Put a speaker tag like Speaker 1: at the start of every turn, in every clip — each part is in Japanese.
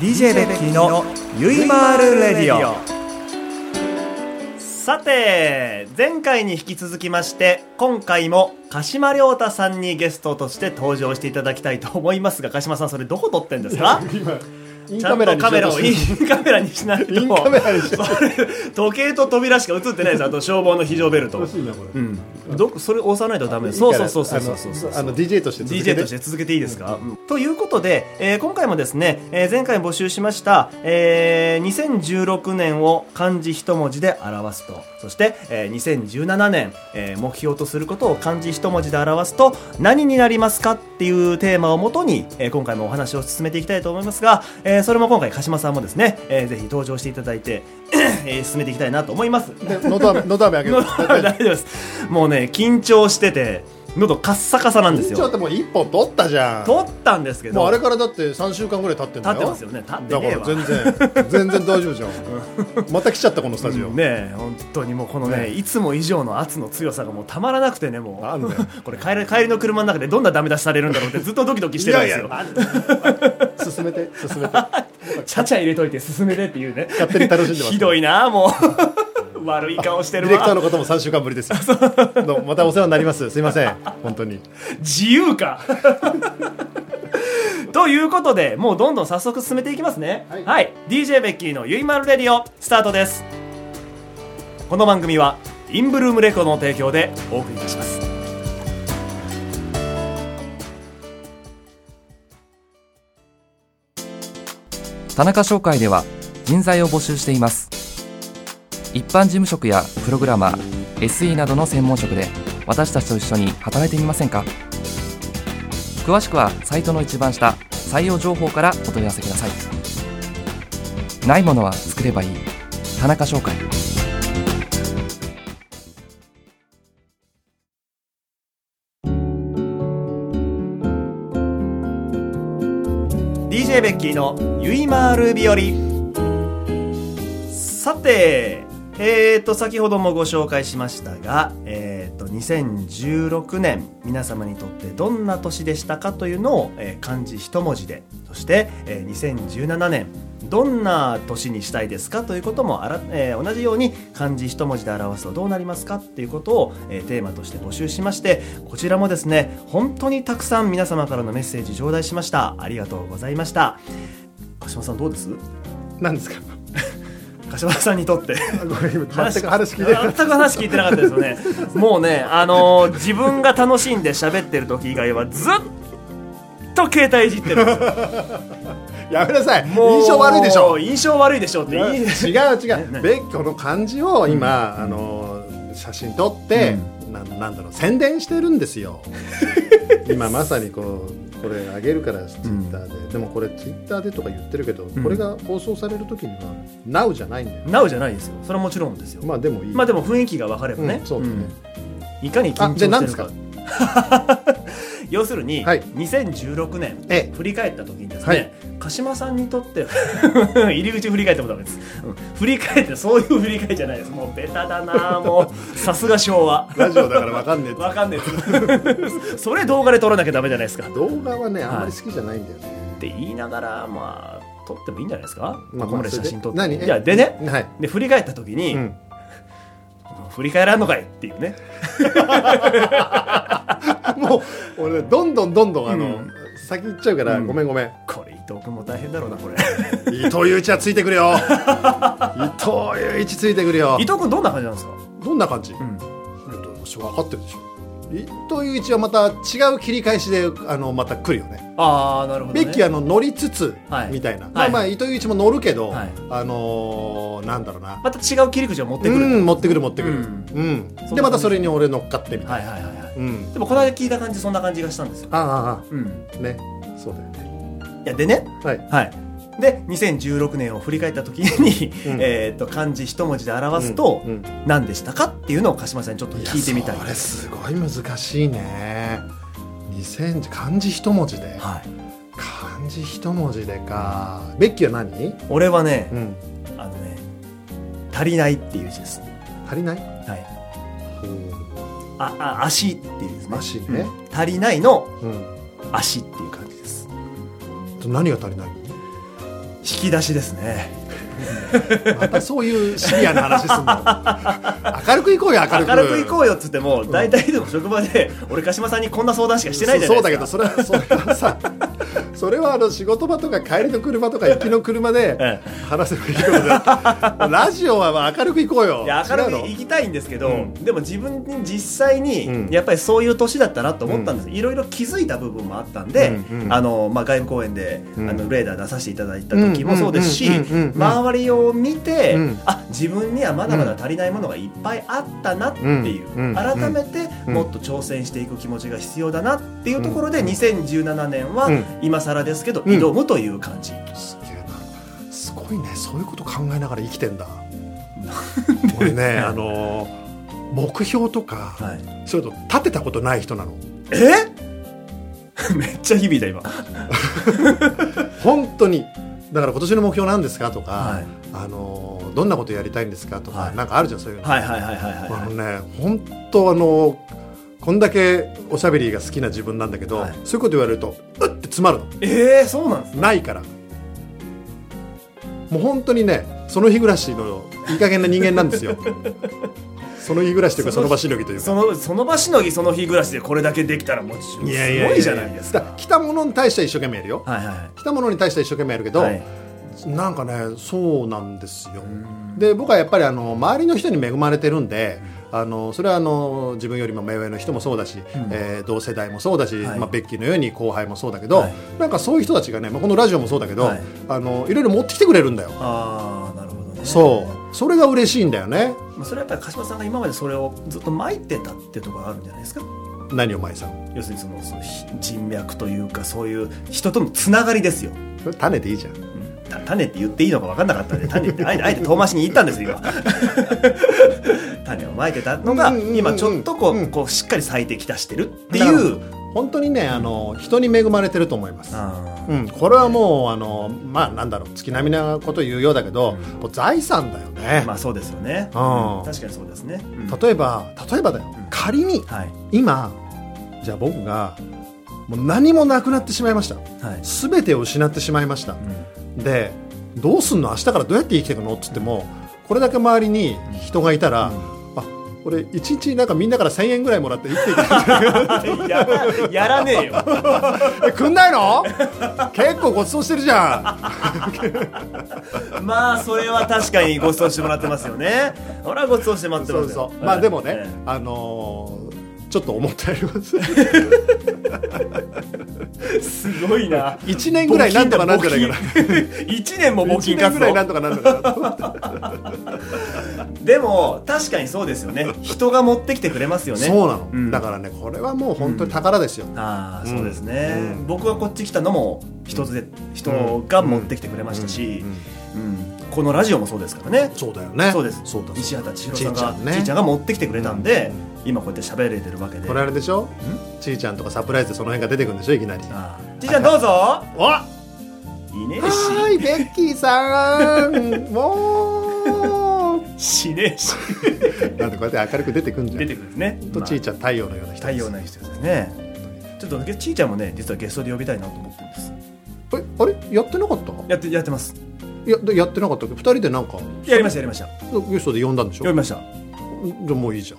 Speaker 1: DJ ベッキーのゆいまるレディオさて前回に引き続きまして今回も鹿島亮太さんにゲストとして登場していただきたいと思いますが鹿島さんそれどこ撮ってんですか
Speaker 2: 今イン
Speaker 1: ちゃ
Speaker 2: カ
Speaker 1: ん
Speaker 2: メラ
Speaker 1: と
Speaker 2: に
Speaker 1: カメラをイ
Speaker 2: しよ
Speaker 1: ンカメラにしないう
Speaker 2: としてイン
Speaker 1: と
Speaker 2: カメラにしよう
Speaker 1: それ時計と扉しか映ってないですあと消防の非常ベル
Speaker 2: と
Speaker 1: ト
Speaker 2: して欲しいなこれ
Speaker 1: うんどそれ押さないとダメ
Speaker 2: いい
Speaker 1: そう
Speaker 2: か
Speaker 1: そう
Speaker 2: ら
Speaker 1: そうそうそうそうそう
Speaker 2: あのあの DJ として続け
Speaker 1: DJ として続けていいですか、ということで、えー今回もですね、えー前回募集しました、えー2016年を漢字一文字で表すとそして、えー2017年、えー目標とすることを漢字一文字で表すと何になりますかっていうテーマをもとに、えー今回もお話を進めていきたいと思いますが、えーそれも今回鹿島さんもですね、えーぜひ登場していただいて、 えー進めていきたいなと思います。
Speaker 2: でのど飴のど飴あげる
Speaker 1: 喉は大丈夫ですもうね緊張してて喉カッサカサなんです
Speaker 2: ちょっ
Speaker 1: よ
Speaker 2: ともう一本取ったじゃん
Speaker 1: 取ったんですけど
Speaker 2: もうあれからだって三週間ぐらい経ってんだよ
Speaker 1: 立ってますよね立って
Speaker 2: だ
Speaker 1: ね
Speaker 2: か
Speaker 1: え
Speaker 2: ら
Speaker 1: わ
Speaker 2: 全然全然大丈夫じゃんまた来ちゃったこのスタジオ
Speaker 1: うんねえ本当にもうこのね
Speaker 2: ね
Speaker 1: いつも以上の圧の強さがもうたまらなくてねもう
Speaker 2: なんだよ
Speaker 1: これ帰り帰りの車の中でどんなダメ出しされるんだろう ってずっとドキドキしてるんですよ
Speaker 2: いや進めて進めて
Speaker 1: ちゃちゃ入れといて進めてっていうね
Speaker 2: 勝手に楽しんでま す
Speaker 1: ひどいなも う悪い顔して
Speaker 2: ディ
Speaker 1: る
Speaker 2: レクタ
Speaker 1: わ
Speaker 2: ーの方も三週間ぶりです よどうもまたお世話になりますすいません本当に
Speaker 1: 自由か ということでもうどんどん早速進めていきますねは、
Speaker 2: はいい
Speaker 1: DJ ベッキーのゆいまるレディオスタートですこの番組はインブルームレコの提供でお送りいたします
Speaker 3: 田中商会では人材を募集しています一般事務職やプログラマー SE などの専門職で私たちと一緒に働いてみませんか詳しくはサイトの一番下採用情報からお問い合わせくださいないものは作ればいい田中商会
Speaker 1: DJ ベッキーのゆいまーる日和さてえー、と先ほどもご紹介しましたが、えー、と2016年皆様にとってどんな年でしたかというのを、えー漢字一文字でそして、えー2017年どんな年にしたいですかということもあら、えー同じように漢字一文字で表すとどうなりますかっていうことを、えーテーマとして募集しましてこちらもですね本当にたくさん皆様からのメッセージ頂戴しましたありがとうございました鹿島さんどうです
Speaker 2: 何ですか
Speaker 1: 鹿島さんにとって
Speaker 2: ごめん今
Speaker 1: 話
Speaker 2: 全く話聞いてなかっ
Speaker 1: 全く話聞いてなかったですよねもうねあのー自分が楽しんで喋ってる時以外はずっと携帯いじってるんですよ
Speaker 2: たやめなさい
Speaker 1: もう
Speaker 2: 印象悪いでしょ
Speaker 1: 印象悪いでしょって
Speaker 2: 違う
Speaker 1: いい
Speaker 2: 違
Speaker 1: ね
Speaker 2: うベッキョの感じを今、あの写真撮って、なん、なんだろう宣伝してるんで すよ今まさにこうこれあげるからツイッターで、でもこれツイッターでとか言ってるけど、
Speaker 1: ん
Speaker 2: これが放送される時には「NOW」じゃないんだよ
Speaker 1: NOW じゃないですよそれはもちろんですよ
Speaker 2: まあでもいい、
Speaker 1: まあでも雰囲気が分かればね,、
Speaker 2: うんそうだね
Speaker 1: うんいかに緊張
Speaker 2: あじゃあ
Speaker 1: し
Speaker 2: 何
Speaker 1: てる
Speaker 2: です
Speaker 1: か
Speaker 2: か
Speaker 1: 要するに、
Speaker 2: はい
Speaker 1: 2016年
Speaker 2: え
Speaker 1: 振り返った時にですね、
Speaker 2: はい
Speaker 1: 鹿島さんにとって 入り口振り返ってもダメです、うん振り返ってそういう振り返りじゃないですもうベタだなもうさすが昭和
Speaker 2: ラジオだからわかんねえっつって
Speaker 1: わかんないです それ動画で撮らなきゃダメじゃないですかっ
Speaker 2: 動画はねあんまり好きじゃないんだよね、
Speaker 1: て言いながらまあ撮ってもいいんじゃないですか、
Speaker 2: まあ
Speaker 1: ここまで
Speaker 2: そ
Speaker 1: 写
Speaker 2: れで
Speaker 1: 真撮って
Speaker 2: 何
Speaker 1: いやでね
Speaker 2: はい、
Speaker 1: で振り返った時に、
Speaker 2: うん
Speaker 1: 振り返らんのかいっていうね
Speaker 2: もう俺ねどんどんどんどんあの、
Speaker 1: うん
Speaker 2: 先行っちゃうから、
Speaker 1: うん
Speaker 2: ごめんごめん
Speaker 1: これ伊藤君も大変だろうなこ れ
Speaker 2: 伊藤祐一はついてくるよ伊藤祐一ついてくるよ
Speaker 1: 伊藤君どんな感じなんですか、
Speaker 2: どんな感じ、
Speaker 1: うん
Speaker 2: 分かってるでしょ伊藤祐一はまた違う切り返しであのまた来るよね
Speaker 1: ああなるほど、
Speaker 2: ベ
Speaker 1: ね、
Speaker 2: ッキーあの乗りつつ、
Speaker 1: はい
Speaker 2: みたいな、
Speaker 1: はい
Speaker 2: まあまあ伊藤祐一も乗るけど、
Speaker 1: はい
Speaker 2: あのーなんだろうな、
Speaker 1: また違う切り口を持ってく
Speaker 2: う
Speaker 1: る、
Speaker 2: ん持ってくる持ってくる、
Speaker 1: う
Speaker 2: うんん
Speaker 1: そう
Speaker 2: でまたそれに俺乗っかってみたいな、
Speaker 1: はいはいはいはい
Speaker 2: うん
Speaker 1: でもこの間聞いた感じそんな感じがしたんですよ、
Speaker 2: あああ
Speaker 1: うん、
Speaker 2: あねそうだよね
Speaker 1: いやでね
Speaker 2: はい
Speaker 1: はいで2016年を振り返った時に、
Speaker 2: う ん
Speaker 1: えーっと漢字一文字で表すと、
Speaker 2: うんうん
Speaker 1: 何でしたかっていうのを鹿島さんにちょっと聞いてみたい
Speaker 2: やそ
Speaker 1: で
Speaker 2: れ
Speaker 1: す
Speaker 2: すごい難しいね2000漢字一文字で
Speaker 1: はい、
Speaker 2: 漢字一文字でかベッキーは何、
Speaker 1: 俺はね、
Speaker 2: うん、
Speaker 1: あのね足りないっていう字です、
Speaker 2: 足りない
Speaker 1: はい、ああ足っていう字ですね
Speaker 2: 足ね
Speaker 1: うん足りないの
Speaker 2: うん、
Speaker 1: 足っていう感じです
Speaker 2: 何が足りない
Speaker 1: 引き出しですね
Speaker 2: またそういうシビアな話すんの明るく行こうよ 明るく
Speaker 1: 明るく行こうよっつっても大体でも職場で俺鹿島さんにこんな相談しかしてないじゃないですか
Speaker 2: そうそうだけどそれはそれはさそれはあの仕事場とか帰りの車とか行きの車で
Speaker 1: え
Speaker 2: 話せばいいことだラジオはまあ明るく行こうよ
Speaker 1: いや明るく
Speaker 2: 違うの
Speaker 1: 行きたいんですけど、
Speaker 2: うん
Speaker 1: でも自分に実際
Speaker 2: うん
Speaker 1: にやっぱりそういう年だったなと思ったんです、いろいろ気づいた部分もあったんで、
Speaker 2: うんうん
Speaker 1: あのまあ、外部公演で、
Speaker 2: うん
Speaker 1: あのレーダー出させていただいた時もそうですし
Speaker 2: うんうんうんうんうん
Speaker 1: 周りを見て、
Speaker 2: うん
Speaker 1: あ自分にはまだまだ足りないものがいっぱいあったなっていう、
Speaker 2: うんうん
Speaker 1: 改めて
Speaker 2: うん
Speaker 1: もっと挑戦していく気持ちが必要だなっていうところで、2017年は
Speaker 2: うん
Speaker 1: 今更ですけど、
Speaker 2: うん
Speaker 1: 挑むという感じ。
Speaker 2: すげえなすごいねそういうこと考えながら生きてんだ俺ねあの目標とか、
Speaker 1: はい、
Speaker 2: そういうの立てたことない人なの
Speaker 1: え めっちゃ響いた今。
Speaker 2: 本当にだから今年の目標なんですかとか、
Speaker 1: はい
Speaker 2: あのどんなことやりたいんですかとか、
Speaker 1: はい
Speaker 2: なんかあるじゃんそういうの、
Speaker 1: はいはいはいはいはい
Speaker 2: あ
Speaker 1: は
Speaker 2: のね本当あのこんだけおしゃべりが好きな自分なんだけど、
Speaker 1: はい
Speaker 2: そういうこと言われるとうって詰まるの
Speaker 1: い。ええそうなんです。
Speaker 2: ないからもう本当にねその日暮らしのいい加減な人間な んですよその日暮らしというかそ
Speaker 1: そ
Speaker 2: の
Speaker 1: の
Speaker 2: 場しのぎというか
Speaker 1: そのその場しのぎその日暮らしでこれだけできたらもうすごいじゃないですか。
Speaker 2: だら来たものに対しては一生懸命やるよ、
Speaker 1: はいはいはい。
Speaker 2: 来たものに対しては一生懸命やるけど、
Speaker 1: はい
Speaker 2: なんかねそうなんですよで僕はやっぱりあの周りの人に恵まれてるんで、あのそれはあの自分よりも目上の人もそうだし、えー同世代もそうだし、
Speaker 1: はい
Speaker 2: まあ、ベッキーのように後輩もそうだけど、
Speaker 1: はい
Speaker 2: なんかそういう人たちがね、まあ、このラジオもそうだけど、
Speaker 1: はい
Speaker 2: い、あのいろいろ持ってきてくれるんだよ、
Speaker 1: ああなるほどね。
Speaker 2: そうそれが嬉しいんだよね
Speaker 1: う。まあそれはやっぱり鹿島さんが今までそれをずっと巻いてたってところがあるんじゃないですか。
Speaker 2: 何お前さん
Speaker 1: 要するにそのそのひ人脈というかそういう人とのつながりですよ。
Speaker 2: それ種でいいじゃん
Speaker 1: うんた種って言っていいのか分かんなかったんで種ってあえてあえて遠回しに言ったんですよ今 種をまいてたのが
Speaker 2: うんうんうんうん
Speaker 1: 今ちょっとこ
Speaker 2: う
Speaker 1: うんこうしっかり咲いてきたしてるって
Speaker 2: ないる
Speaker 1: う
Speaker 2: 本当にねあの人に恵まれてると思います
Speaker 1: あ
Speaker 2: うん、これはもうあのまあなんだろう月並みなこと言うようだけど、もう財産だよ ね
Speaker 1: ー、まあそうですよね
Speaker 2: うん
Speaker 1: うん確かにそうですねうん
Speaker 2: 例えば例えばだよ、
Speaker 1: うん
Speaker 2: 仮に
Speaker 1: はい
Speaker 2: 今じゃあ僕がもう何もなくなってしまいました
Speaker 1: はい
Speaker 2: 全てを失ってしまいましたでどうすんの明日からどうやって生きていくのって言ってもこれだけ周りに人がいたら、あ俺一日なんかみんなから1000円ぐらいもらって生きていく
Speaker 1: やらやらねえよ
Speaker 2: えくんないの結構ご馳走してるじゃ
Speaker 1: まあそれは確かにご馳走してもらってますよね俺はご馳走してもら
Speaker 2: ん
Speaker 1: って
Speaker 2: そ
Speaker 1: ま
Speaker 2: う
Speaker 1: すよ
Speaker 2: そうまあでもね、
Speaker 1: え
Speaker 2: あのーちょっと思ったよります
Speaker 1: えすごいな
Speaker 2: 1年ぐらいなんとかなんじゃないかな
Speaker 1: 1年も募
Speaker 2: 1
Speaker 1: 金
Speaker 2: 年
Speaker 1: 活
Speaker 2: ぐら
Speaker 1: 動
Speaker 2: いなんとかなんとかな
Speaker 1: でも確かにそうですよね人が持ってきてくれますよね
Speaker 2: そうなの、
Speaker 1: うん
Speaker 2: だからねこれはもう本当に宝ですよ、
Speaker 1: ああ
Speaker 2: うん
Speaker 1: そうですね、
Speaker 2: うん
Speaker 1: 僕がこっち来たのも人で、人が持ってきてくれましたし、
Speaker 2: うんうん
Speaker 1: うんこのラジオもそうですからね
Speaker 2: そうだよね
Speaker 1: そうです
Speaker 2: そうだ
Speaker 1: 西
Speaker 2: そうだ
Speaker 1: 畑千尋さんがちい,、
Speaker 2: ちいちゃんね
Speaker 1: ちゃんが持ってきてくれたんで、
Speaker 2: う
Speaker 1: 今こうやって喋れてるわけで
Speaker 2: これあれでしょちーちゃんとかサプライズでその辺が出てくるんでしょいきなり
Speaker 1: あーちいちゃんどうぞ
Speaker 2: おはい
Speaker 1: ね
Speaker 2: ーいベッキーさん もう
Speaker 1: えししねえし
Speaker 2: なんでこうやって明るく出てくんじゃん
Speaker 1: 出てくるんですね
Speaker 2: ほんとちーちゃん太陽のような人
Speaker 1: 太陽
Speaker 2: の
Speaker 1: な人ですねちょっとげちいちゃんもね実はゲストで呼びたいなと思ってるんです
Speaker 2: えあれやってなかった
Speaker 1: やってやってます
Speaker 2: いやでやってなかったっけ二人でなんか
Speaker 1: やりましたやりました
Speaker 2: ゲストで呼んだんでし
Speaker 1: 呼び
Speaker 2: ょ
Speaker 1: ました
Speaker 2: じゃあもういいじゃん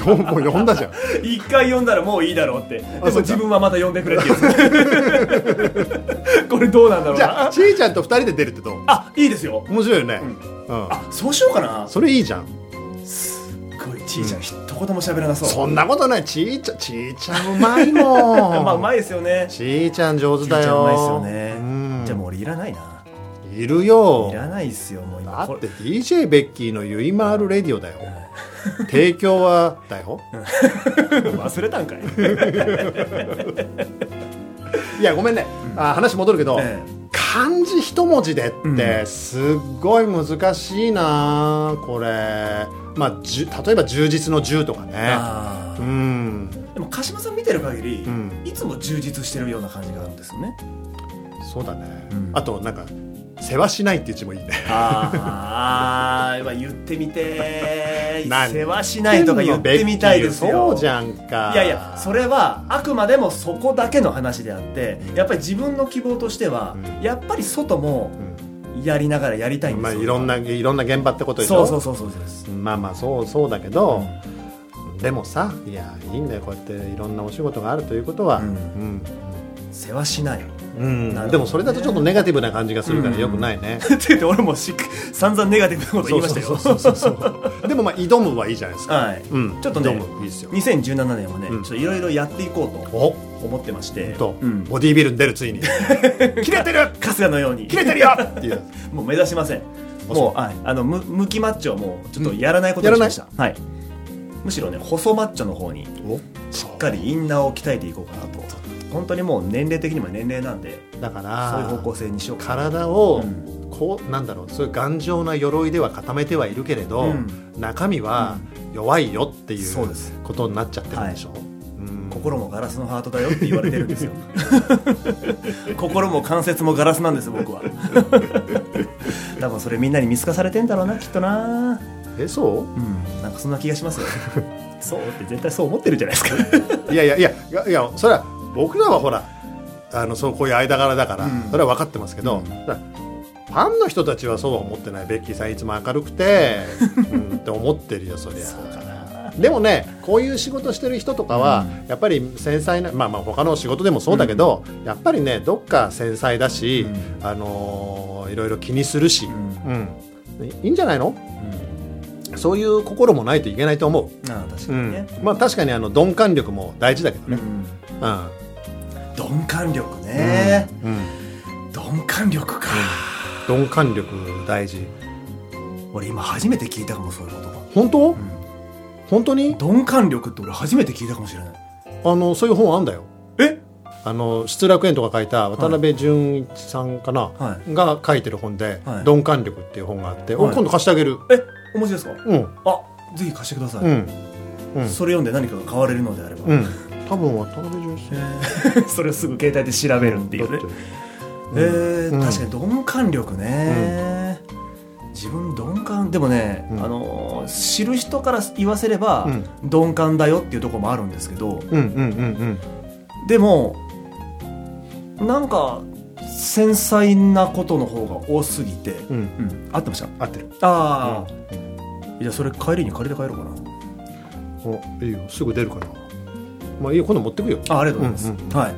Speaker 2: よもう呼んだじゃん
Speaker 1: 一回呼んだらもういいだろうってでも
Speaker 2: そうか
Speaker 1: 自分はまた呼んでくれって言う これどうなんだろう
Speaker 2: じゃ
Speaker 1: な
Speaker 2: あちーちゃんと二人で出るってどう
Speaker 1: あいいですよ
Speaker 2: 面白いよね、うん
Speaker 1: そうしようかなす
Speaker 2: それいいじゃん
Speaker 1: っごいちいちゃん、一言も喋らなそう
Speaker 2: そんなことないちーちゃんちーちゃんうまい もん
Speaker 1: まあうまいですよね
Speaker 2: ちーちゃん上手だ
Speaker 1: ちいちゃんうまいっすよ
Speaker 2: よ
Speaker 1: ね
Speaker 2: うん
Speaker 1: じゃあもう俺いらないない
Speaker 2: るよ
Speaker 1: いらないっすよもう
Speaker 2: だ
Speaker 1: 今こ
Speaker 2: っ
Speaker 1: れ
Speaker 2: て DJ ベッキーのゆいまーるレディオだよ提供はだよ
Speaker 1: 忘れたん かい
Speaker 2: いやごめんね、あ話戻るけど、
Speaker 1: え
Speaker 2: 漢字一文字でっ
Speaker 1: う
Speaker 2: てすっごい難しいなこれまあじゅ例えば充実の10とか
Speaker 1: え
Speaker 2: ね
Speaker 1: あ
Speaker 2: う
Speaker 1: ー
Speaker 2: ん
Speaker 1: でも鹿島さん見てる限り、
Speaker 2: うん
Speaker 1: いつも充実してるような感じがあるんですよね
Speaker 2: そうだね、
Speaker 1: うん
Speaker 2: あとなんか世話しないっていう字もいいね
Speaker 1: あーあー、言ってみてー
Speaker 2: 何
Speaker 1: 世話し ないとか言ってみたいですよ。
Speaker 2: そうじゃんか
Speaker 1: いやいやそれはあくまでもそこだけの話であってやっぱり自分の希望としては、
Speaker 2: うん
Speaker 1: やっぱり外も
Speaker 2: う
Speaker 1: やりながらやりたいん
Speaker 2: ん
Speaker 1: で
Speaker 2: ますあ
Speaker 1: よ、
Speaker 2: いろんないろんな現場ってことでし
Speaker 1: そ
Speaker 2: ょ
Speaker 1: うそうそうそうそうです
Speaker 2: まあまあそうそうだけど、でもさいやいいんだよこうやっていろんなお仕事があるということは、
Speaker 1: う
Speaker 2: うんん
Speaker 1: 世話しないっ
Speaker 2: うん
Speaker 1: なるほどね
Speaker 2: でもそれだとちょっとネガティブな感じがするから
Speaker 1: うん
Speaker 2: よくないね、
Speaker 1: て言って俺もし散々ネガティブなこと言いましたよ
Speaker 2: そうそうそうそうそうでもまあ挑むはいいじゃないですか、
Speaker 1: はい
Speaker 2: うん、
Speaker 1: ちょっとね
Speaker 2: 挑むいいですよ
Speaker 1: 2017年はね、
Speaker 2: うん
Speaker 1: ちょっといろいろやっていこう
Speaker 2: お
Speaker 1: と思ってまして、
Speaker 2: と、
Speaker 1: うん
Speaker 2: ボディービルに出る ついに切れてる
Speaker 1: 春日のように
Speaker 2: 切れてるよっていう
Speaker 1: もう目指しません
Speaker 2: あ
Speaker 1: も
Speaker 2: そう
Speaker 1: うはいあのむ向きマッチョをもうちょっとやらないことにしました、はいむしろね細マッチョの方に
Speaker 2: しっ
Speaker 1: しっかりインナーを鍛えていこうかなと本当にもう年齢的にも年齢なんで
Speaker 2: だか
Speaker 1: そういう
Speaker 2: ら
Speaker 1: 方向性にしようかな
Speaker 2: 体を
Speaker 1: うん
Speaker 2: こうなんだろうそういう頑丈な鎧では固めてはいるけれど、
Speaker 1: うん
Speaker 2: 中身は弱いよってい
Speaker 1: そう
Speaker 2: う
Speaker 1: です
Speaker 2: ことになっちゃってるんでしょ、うん
Speaker 1: 心もガラスのハートだよって言われてるん ですよ心も関節もガラスなんです 僕は多分それみんなに見透かされてんだろうなきっとな
Speaker 2: えそ
Speaker 1: うんなんかそんな気がしますよ そうって絶対そう思ってるじゃないですか
Speaker 2: ういやいやいやいやいやそれは僕らはほらあのそうこういう間柄だから、
Speaker 1: うん
Speaker 2: それは分かってますけど、
Speaker 1: うん
Speaker 2: ただファンの人たちはそうは思ってないベッキーさんいつも明るく て、うん、って思ってるよそりゃ
Speaker 1: そうかな
Speaker 2: でもねこういう仕事してる人とかは、やっぱり繊細なまあまあ他の仕事でもそうだけど、やっぱりねどっか繊細だし、あのーいろいろ気にするし、
Speaker 1: うん
Speaker 2: うんいいんじゃないの
Speaker 1: うん
Speaker 2: そういう心もないといけないと思
Speaker 1: ああ確
Speaker 2: う、
Speaker 1: かにね、
Speaker 2: まあ確かにあの鈍感力も大事だけど
Speaker 1: うん
Speaker 2: ね、うん
Speaker 1: 鈍感力ね、
Speaker 2: うん
Speaker 1: 鈍感力か、
Speaker 2: 鈍感力大事
Speaker 1: 俺今初めて聞いたかもそういうことが、
Speaker 2: 本当
Speaker 1: うん
Speaker 2: 本当に
Speaker 1: 鈍感力って俺初めて聞いたかもしれない
Speaker 2: あのそういう本あんだよ
Speaker 1: え
Speaker 2: あの失楽園とか書いた渡辺淳一さんかな、
Speaker 1: はい
Speaker 2: が書いてる本で「
Speaker 1: はい
Speaker 2: 鈍感力」っていう本があって、お
Speaker 1: はい
Speaker 2: 今度貸してあげる
Speaker 1: え面白いですか
Speaker 2: うん
Speaker 1: あぜひ貸してください、
Speaker 2: うんうん
Speaker 1: それ読んで何かが変われるのであれば、
Speaker 2: うん多分渡辺淳一さん
Speaker 1: それをすぐ携帯で調べるっていうね
Speaker 2: だって
Speaker 1: えー
Speaker 2: うん
Speaker 1: 確かに鈍感力ね、自分鈍感でもね、
Speaker 2: うん
Speaker 1: あのー知る人から言わせれば、
Speaker 2: うん
Speaker 1: 鈍感だよっていうところもあるんですけど
Speaker 2: うんうんうん
Speaker 1: でもなんか繊細なことの方が多すぎて、
Speaker 2: うんうん
Speaker 1: うん、合ってました
Speaker 2: 合ってる
Speaker 1: ああ、じゃあそれ帰りに借りて帰ろうかな
Speaker 2: おいいよすぐ出るかなまあいいよ今度持ってくよ
Speaker 1: あありがとうございます、
Speaker 2: うんうんうん
Speaker 1: はい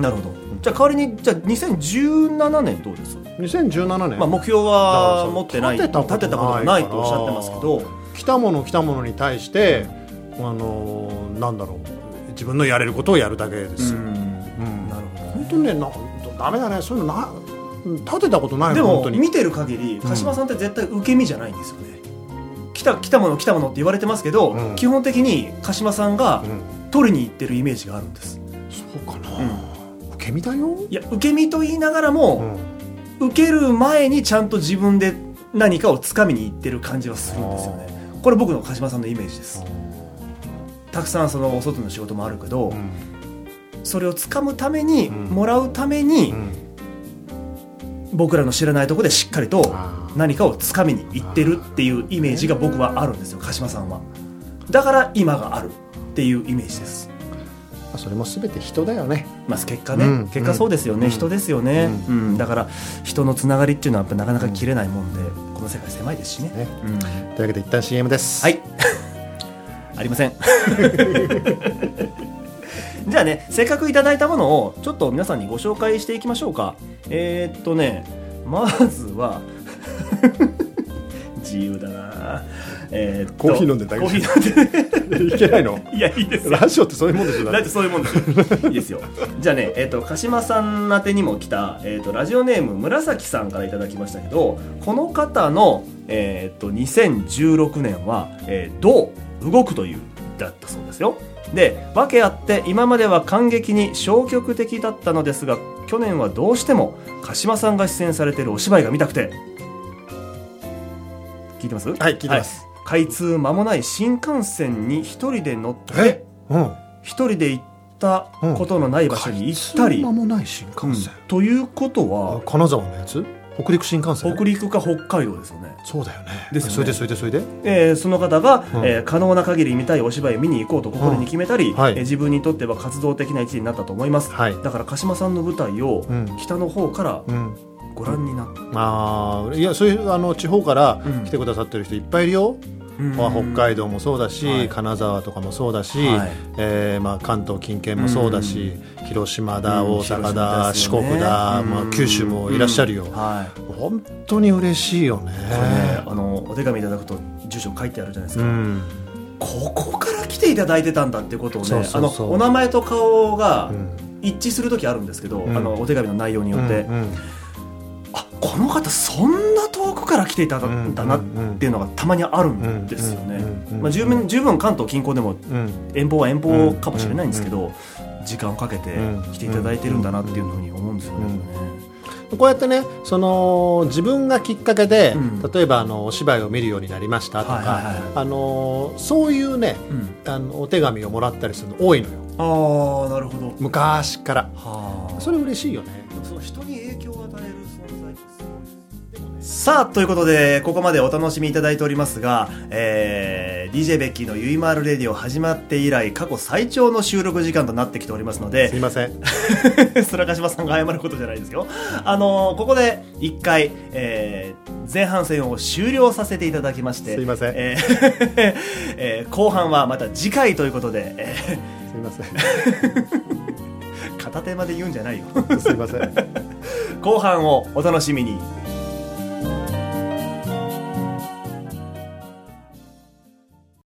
Speaker 1: なるほどじゃあ代わりにじゃあ2017年どうです、
Speaker 2: 2017年、
Speaker 1: まあ、目標
Speaker 2: だから
Speaker 1: は
Speaker 2: そう
Speaker 1: 持ってない
Speaker 2: 立てたこと
Speaker 1: 立てたことがないとおっしゃってますけど
Speaker 2: 来たもの来たものに対してあのーなんだろう自分のやれることをやるだけですよ、うん
Speaker 1: なるほどね
Speaker 2: 本当にねなダメだねそういうのな立てたことない
Speaker 1: で
Speaker 2: の
Speaker 1: も
Speaker 2: 本当に
Speaker 1: 見てる限り鹿島さんって絶対受け身じゃないんですよね、来た来たもの来たものって言われてますけど、
Speaker 2: うん
Speaker 1: 基本的に鹿島さんが
Speaker 2: うん、
Speaker 1: 取りに行ってるイメージがあるんです
Speaker 2: そうかな、受け身だよ、
Speaker 1: いや受け身と言いながら
Speaker 2: う
Speaker 1: も、
Speaker 2: ん
Speaker 1: 受ける前にちゃんと自分で何かを掴みに行ってる感じはするんですよねこれ僕の鹿島さんのイメージですたくさんそのお外の仕事もあるけど、
Speaker 2: うん
Speaker 1: それをつかむために、
Speaker 2: うん
Speaker 1: もらうために、
Speaker 2: うん
Speaker 1: 僕らの知らないところでしっかりと
Speaker 2: あー
Speaker 1: 何かをつかみにいってるっていうイメージが僕はあるんですよ鹿島さんはだから今があるっていうイメージです、
Speaker 2: まあそれも全て人だよね
Speaker 1: まあ、結果ね、
Speaker 2: うん
Speaker 1: 結果そうですよね、
Speaker 2: うん
Speaker 1: 人ですよね、う
Speaker 2: うん
Speaker 1: だから人のつながりっていうのはやっぱなかなか切れないもんで、この世界狭いですしね
Speaker 2: ね
Speaker 1: うん
Speaker 2: というわけで一旦 CM です
Speaker 1: はい。 ありません。 じゃあね、せっかくいただいたものをちょっと皆さんにご紹介していきましょうか。えー、っとね、まずは 自由だな。えーっと
Speaker 2: コーヒー飲んで大丈夫
Speaker 1: コーヒー飲んで。
Speaker 2: いけないの
Speaker 1: いやいいですよ。
Speaker 2: ラジオってそういうもんでしょ
Speaker 1: だってそういうもんですよ。いいですよ。じゃあね、えっ、と鹿島さん宛てにも来たえっ、とラジオネーム紫さんからいただきましたけど、この方のえっ、と2016年は、えーどう動くというだったそうですよ。で、訳あって今までは感激に消極的だったのですが、去年はどうしても鹿島さんが出演されているお芝居が見たくて。聞いてます？
Speaker 2: はい聞いてます、
Speaker 1: 開通間もない新幹線に一人で乗って
Speaker 2: えうん
Speaker 1: 一人で行っったことのない場所に行ったり、
Speaker 2: 間もない新幹線、
Speaker 1: ということ
Speaker 2: あ
Speaker 1: は
Speaker 2: 金沢のやつ北陸新幹線
Speaker 1: 北陸か北海道ですよね、
Speaker 2: そうだよね
Speaker 1: ですよね
Speaker 2: それでそれでそれで
Speaker 1: えーその方が、
Speaker 2: うん
Speaker 1: えー可能な限り見たいお芝居を見に行こうと心に決めたり、
Speaker 2: うんはい
Speaker 1: えー自分にとっては活動的な一位になったと思います、
Speaker 2: はい
Speaker 1: だから鹿島さんの舞台を
Speaker 2: うん
Speaker 1: 北の方から
Speaker 2: うん
Speaker 1: ご覧になった、
Speaker 2: あーいやそういうあの地方から
Speaker 1: うん
Speaker 2: 来てくださってる人いっぱいいるよ、まあ北海
Speaker 1: 道
Speaker 2: 道もそうだし、
Speaker 1: はい
Speaker 2: 金沢とかもそうだし、
Speaker 1: はい
Speaker 2: えーまあ、関東近県もそうだし、広島だ、
Speaker 1: うん
Speaker 2: 大阪だ、
Speaker 1: 広
Speaker 2: 四
Speaker 1: 島ですよね
Speaker 2: 国だ、
Speaker 1: うん
Speaker 2: まあ、九州もいらっしゃるよ、
Speaker 1: はい
Speaker 2: 本当に嬉しいよね。
Speaker 1: これねあのお手紙いただくと住所書いてあるじゃないです
Speaker 2: う
Speaker 1: か、
Speaker 2: ん、
Speaker 1: ここから来ていただいてたんだっていうことをね
Speaker 2: そうそうそう
Speaker 1: あのお名前と顔が
Speaker 2: うん
Speaker 1: 一致する時あるんですけど、
Speaker 2: うん
Speaker 1: あのお手紙の内容によって、
Speaker 2: うんうん
Speaker 1: あこの方そんな遠くから来ていただんだなっていうのがたまにあるんですよ
Speaker 2: うんうんうんう
Speaker 1: ね
Speaker 2: ん
Speaker 1: まあ十分十分関東近郊でも
Speaker 2: うん
Speaker 1: 遠方は遠方かもしれないんですけど時間をかけて来ていただいてるんだなっていうふうに思うんですよね。
Speaker 2: こうやってねその自分がきっかけで、
Speaker 1: うん
Speaker 2: 例えばあのお芝居を見るようになりましたとか、
Speaker 1: はいはいはい
Speaker 2: あのそういうね
Speaker 1: うん
Speaker 2: あのお手紙をもらったりするの多いのよ
Speaker 1: ああなるほど。
Speaker 2: 昔から
Speaker 1: はあ
Speaker 2: それ嬉しいよね
Speaker 1: その人に影響を与える存在さあということでここまでお楽しみいただいておりますが、えー、DJ ベッキーの「ゆいまーるレディオ」始まって以来過去最長の収録時間となってきておりますのです
Speaker 2: いません
Speaker 1: それは鹿島さんが謝ることじゃないですよ。あのーここで一回、えー前半戦を終了させていただきまして、
Speaker 2: すいません
Speaker 1: えー えー後半はまた次回ということで、え
Speaker 2: すいません
Speaker 1: ー片手まで言うんじゃないよ。
Speaker 2: すいません
Speaker 1: 後半をお楽しみに。